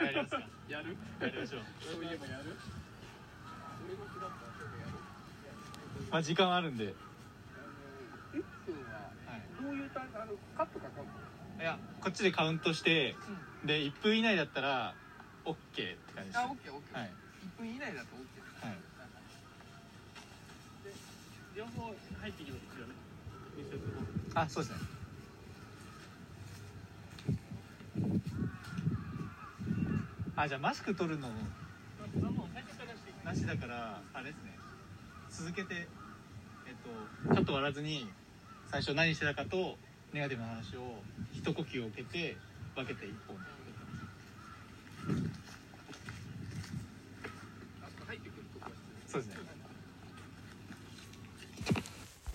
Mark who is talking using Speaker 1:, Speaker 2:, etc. Speaker 1: りますか
Speaker 2: やる
Speaker 1: やりましょう
Speaker 2: そういえばやる俺も嫌った
Speaker 1: まあ時間あるんで
Speaker 2: えっくんはどういうタイプあのカットかかんの
Speaker 1: いやこっちでカウントしてで1分以内だったら OK って感じです
Speaker 2: あオ
Speaker 1: は
Speaker 2: ッケーオッケ
Speaker 1: い、は
Speaker 2: ー
Speaker 1: い、
Speaker 2: 1分以内だと OK
Speaker 3: 両方入ってきますよねミスターズボール
Speaker 1: あそうですねあじゃあマスク取るの
Speaker 3: まずはもう最初からしていきま
Speaker 1: なしだからあれですね続けてえっとカット割らずに最初何してたかとネガティブな話を一呼吸を受けて分けて一本
Speaker 2: あ